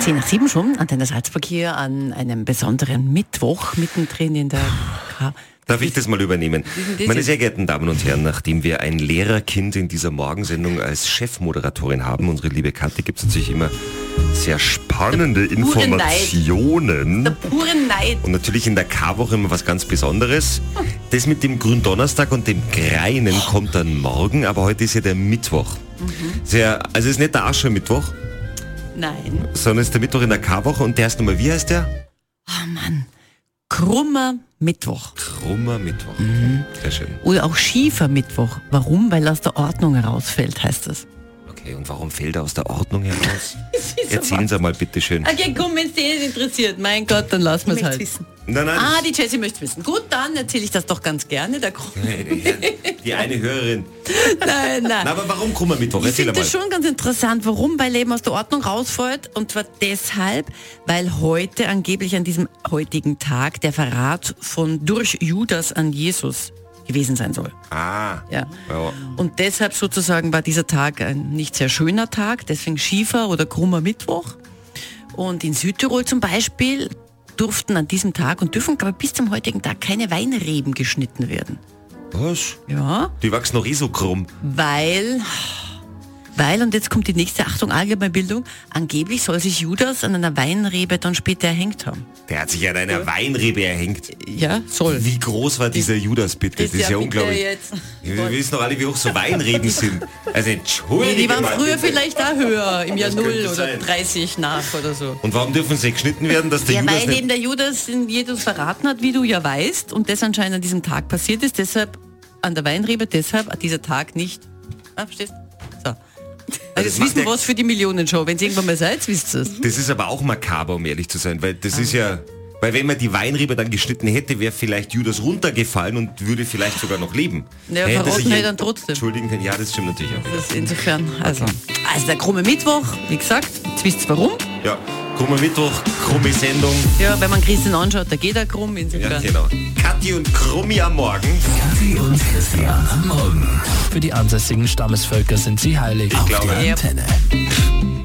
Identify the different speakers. Speaker 1: 10 nach 7 schon, Antenne Salzburg hier an einem besonderen Mittwoch mittendrin in der... Ka
Speaker 2: Darf ich das mal übernehmen? Meine sehr geehrten Damen und Herren, nachdem wir ein Lehrerkind in dieser Morgensendung als Chefmoderatorin haben, unsere liebe Kathi, gibt es natürlich immer sehr spannende
Speaker 1: Der pure
Speaker 2: Informationen.
Speaker 1: Der pure Neid.
Speaker 2: Und natürlich in der K-Woche immer was ganz Besonderes. Das mit dem Gründonnerstag und dem Greinen kommt dann morgen, aber heute ist ja der Mittwoch. Sehr, also es ist nicht der Aschermittwoch,
Speaker 1: Nein.
Speaker 2: sondern es ist der Mittwoch in der K-Woche und der ist nochmal, wie heißt der?
Speaker 1: Oh Mann. Krummer Mittwoch.
Speaker 2: Krummer Mittwoch. Sehr schön.
Speaker 1: Oder auch schiefer Mittwoch. Warum? Weil er aus der Ordnung herausfällt, heißt es.
Speaker 2: Okay, und warum fällt er aus der Ordnung heraus? Erzählen Sie mal bitte schön.
Speaker 1: Okay, komm, wenn es dich nicht interessiert, mein Gott, dann lassen wir es halt.
Speaker 2: Nein, nein,
Speaker 1: Ah, die Jessie möchte wissen. Gut, dann erzähle ich das doch ganz gerne. Der Grund-
Speaker 2: die eine Hörerin.
Speaker 1: nein, nein.
Speaker 2: Na, aber warum Krummer Mittwoch?
Speaker 1: Ich
Speaker 2: Erzähl
Speaker 1: finde
Speaker 2: mal.
Speaker 1: das schon ganz interessant, warum bei Leben aus der Ordnung rausfällt. Und zwar deshalb, weil heute angeblich an diesem heutigen Tag der Verrat von durch Judas an Jesus gewesen sein soll.
Speaker 2: Ah.
Speaker 1: Ja.
Speaker 2: Ja.
Speaker 1: Und deshalb sozusagen war dieser Tag ein nicht sehr schöner Tag, deswegen schiefer oder krummer Mittwoch. Und in Südtirol zum Beispiel durften an diesem Tag und dürfen, glaube ich, bis zum heutigen Tag keine Weinreben geschnitten werden.
Speaker 2: Was?
Speaker 1: Ja.
Speaker 2: Die wachsen noch eh so krumm.
Speaker 1: Weil, weil, und jetzt kommt die nächste, Achtung, Allgemeinbildung, angeblich soll sich Judas an einer Weinrebe dann später erhängt haben.
Speaker 2: Der hat sich an einer Weinrebe erhängt.
Speaker 1: Ja, soll.
Speaker 2: Wie groß war dieser Judas bitte? Das ist ja unglaublich.
Speaker 1: äh,
Speaker 2: Wir wissen doch alle, wie hoch so Weinreben sind. Also entschuldige
Speaker 1: Die waren
Speaker 2: mal
Speaker 1: früher
Speaker 2: bitte.
Speaker 1: vielleicht da höher, im Jahr
Speaker 2: Das könnte
Speaker 1: 0 oder
Speaker 2: sein.
Speaker 1: 30 nach oder so.
Speaker 2: Und warum dürfen sie geschnitten werden, dass der
Speaker 1: Ja,
Speaker 2: Judas
Speaker 1: weil
Speaker 2: nicht...
Speaker 1: eben der Judas den Jesus verraten hat, wie du ja weißt, und das anscheinend an diesem Tag passiert ist, deshalb an der Weinrebe, deshalb dieser Tag nicht. Ah, verstehst? So. Also jetzt
Speaker 2: das macht
Speaker 1: wissen
Speaker 2: der-
Speaker 1: was für die Millionenshow. Wenn ihr irgendwann mal seid, wisst ihr es.
Speaker 2: Das ist aber auch makaber, um ehrlich zu sein, weil das ist ja... Weil wenn man die Weinrebe dann geschnitten hätte, wäre vielleicht Judas runtergefallen und würde vielleicht sogar noch leben.
Speaker 1: Ja, verrotten
Speaker 2: sich-
Speaker 1: hätte er trotzdem.
Speaker 2: Entschuldigen können. Ja, das stimmt natürlich auch.
Speaker 1: Das insofern, also. Also der krumme Mittwoch, wie gesagt, jetzt wisst ihr warum.
Speaker 2: Ja, krummer Mittwoch, krumme Sendung.
Speaker 1: Ja, wenn man Christian anschaut, da geht er krumm, insofern.
Speaker 2: Ja, genau. Kathi und Krummi am Morgen.
Speaker 3: Kathi und Christian am Morgen. Für die ansässigen Stammesvölker sind sie heilig. Auf
Speaker 2: glaube.
Speaker 3: der
Speaker 1: Yep.
Speaker 3: Antenne.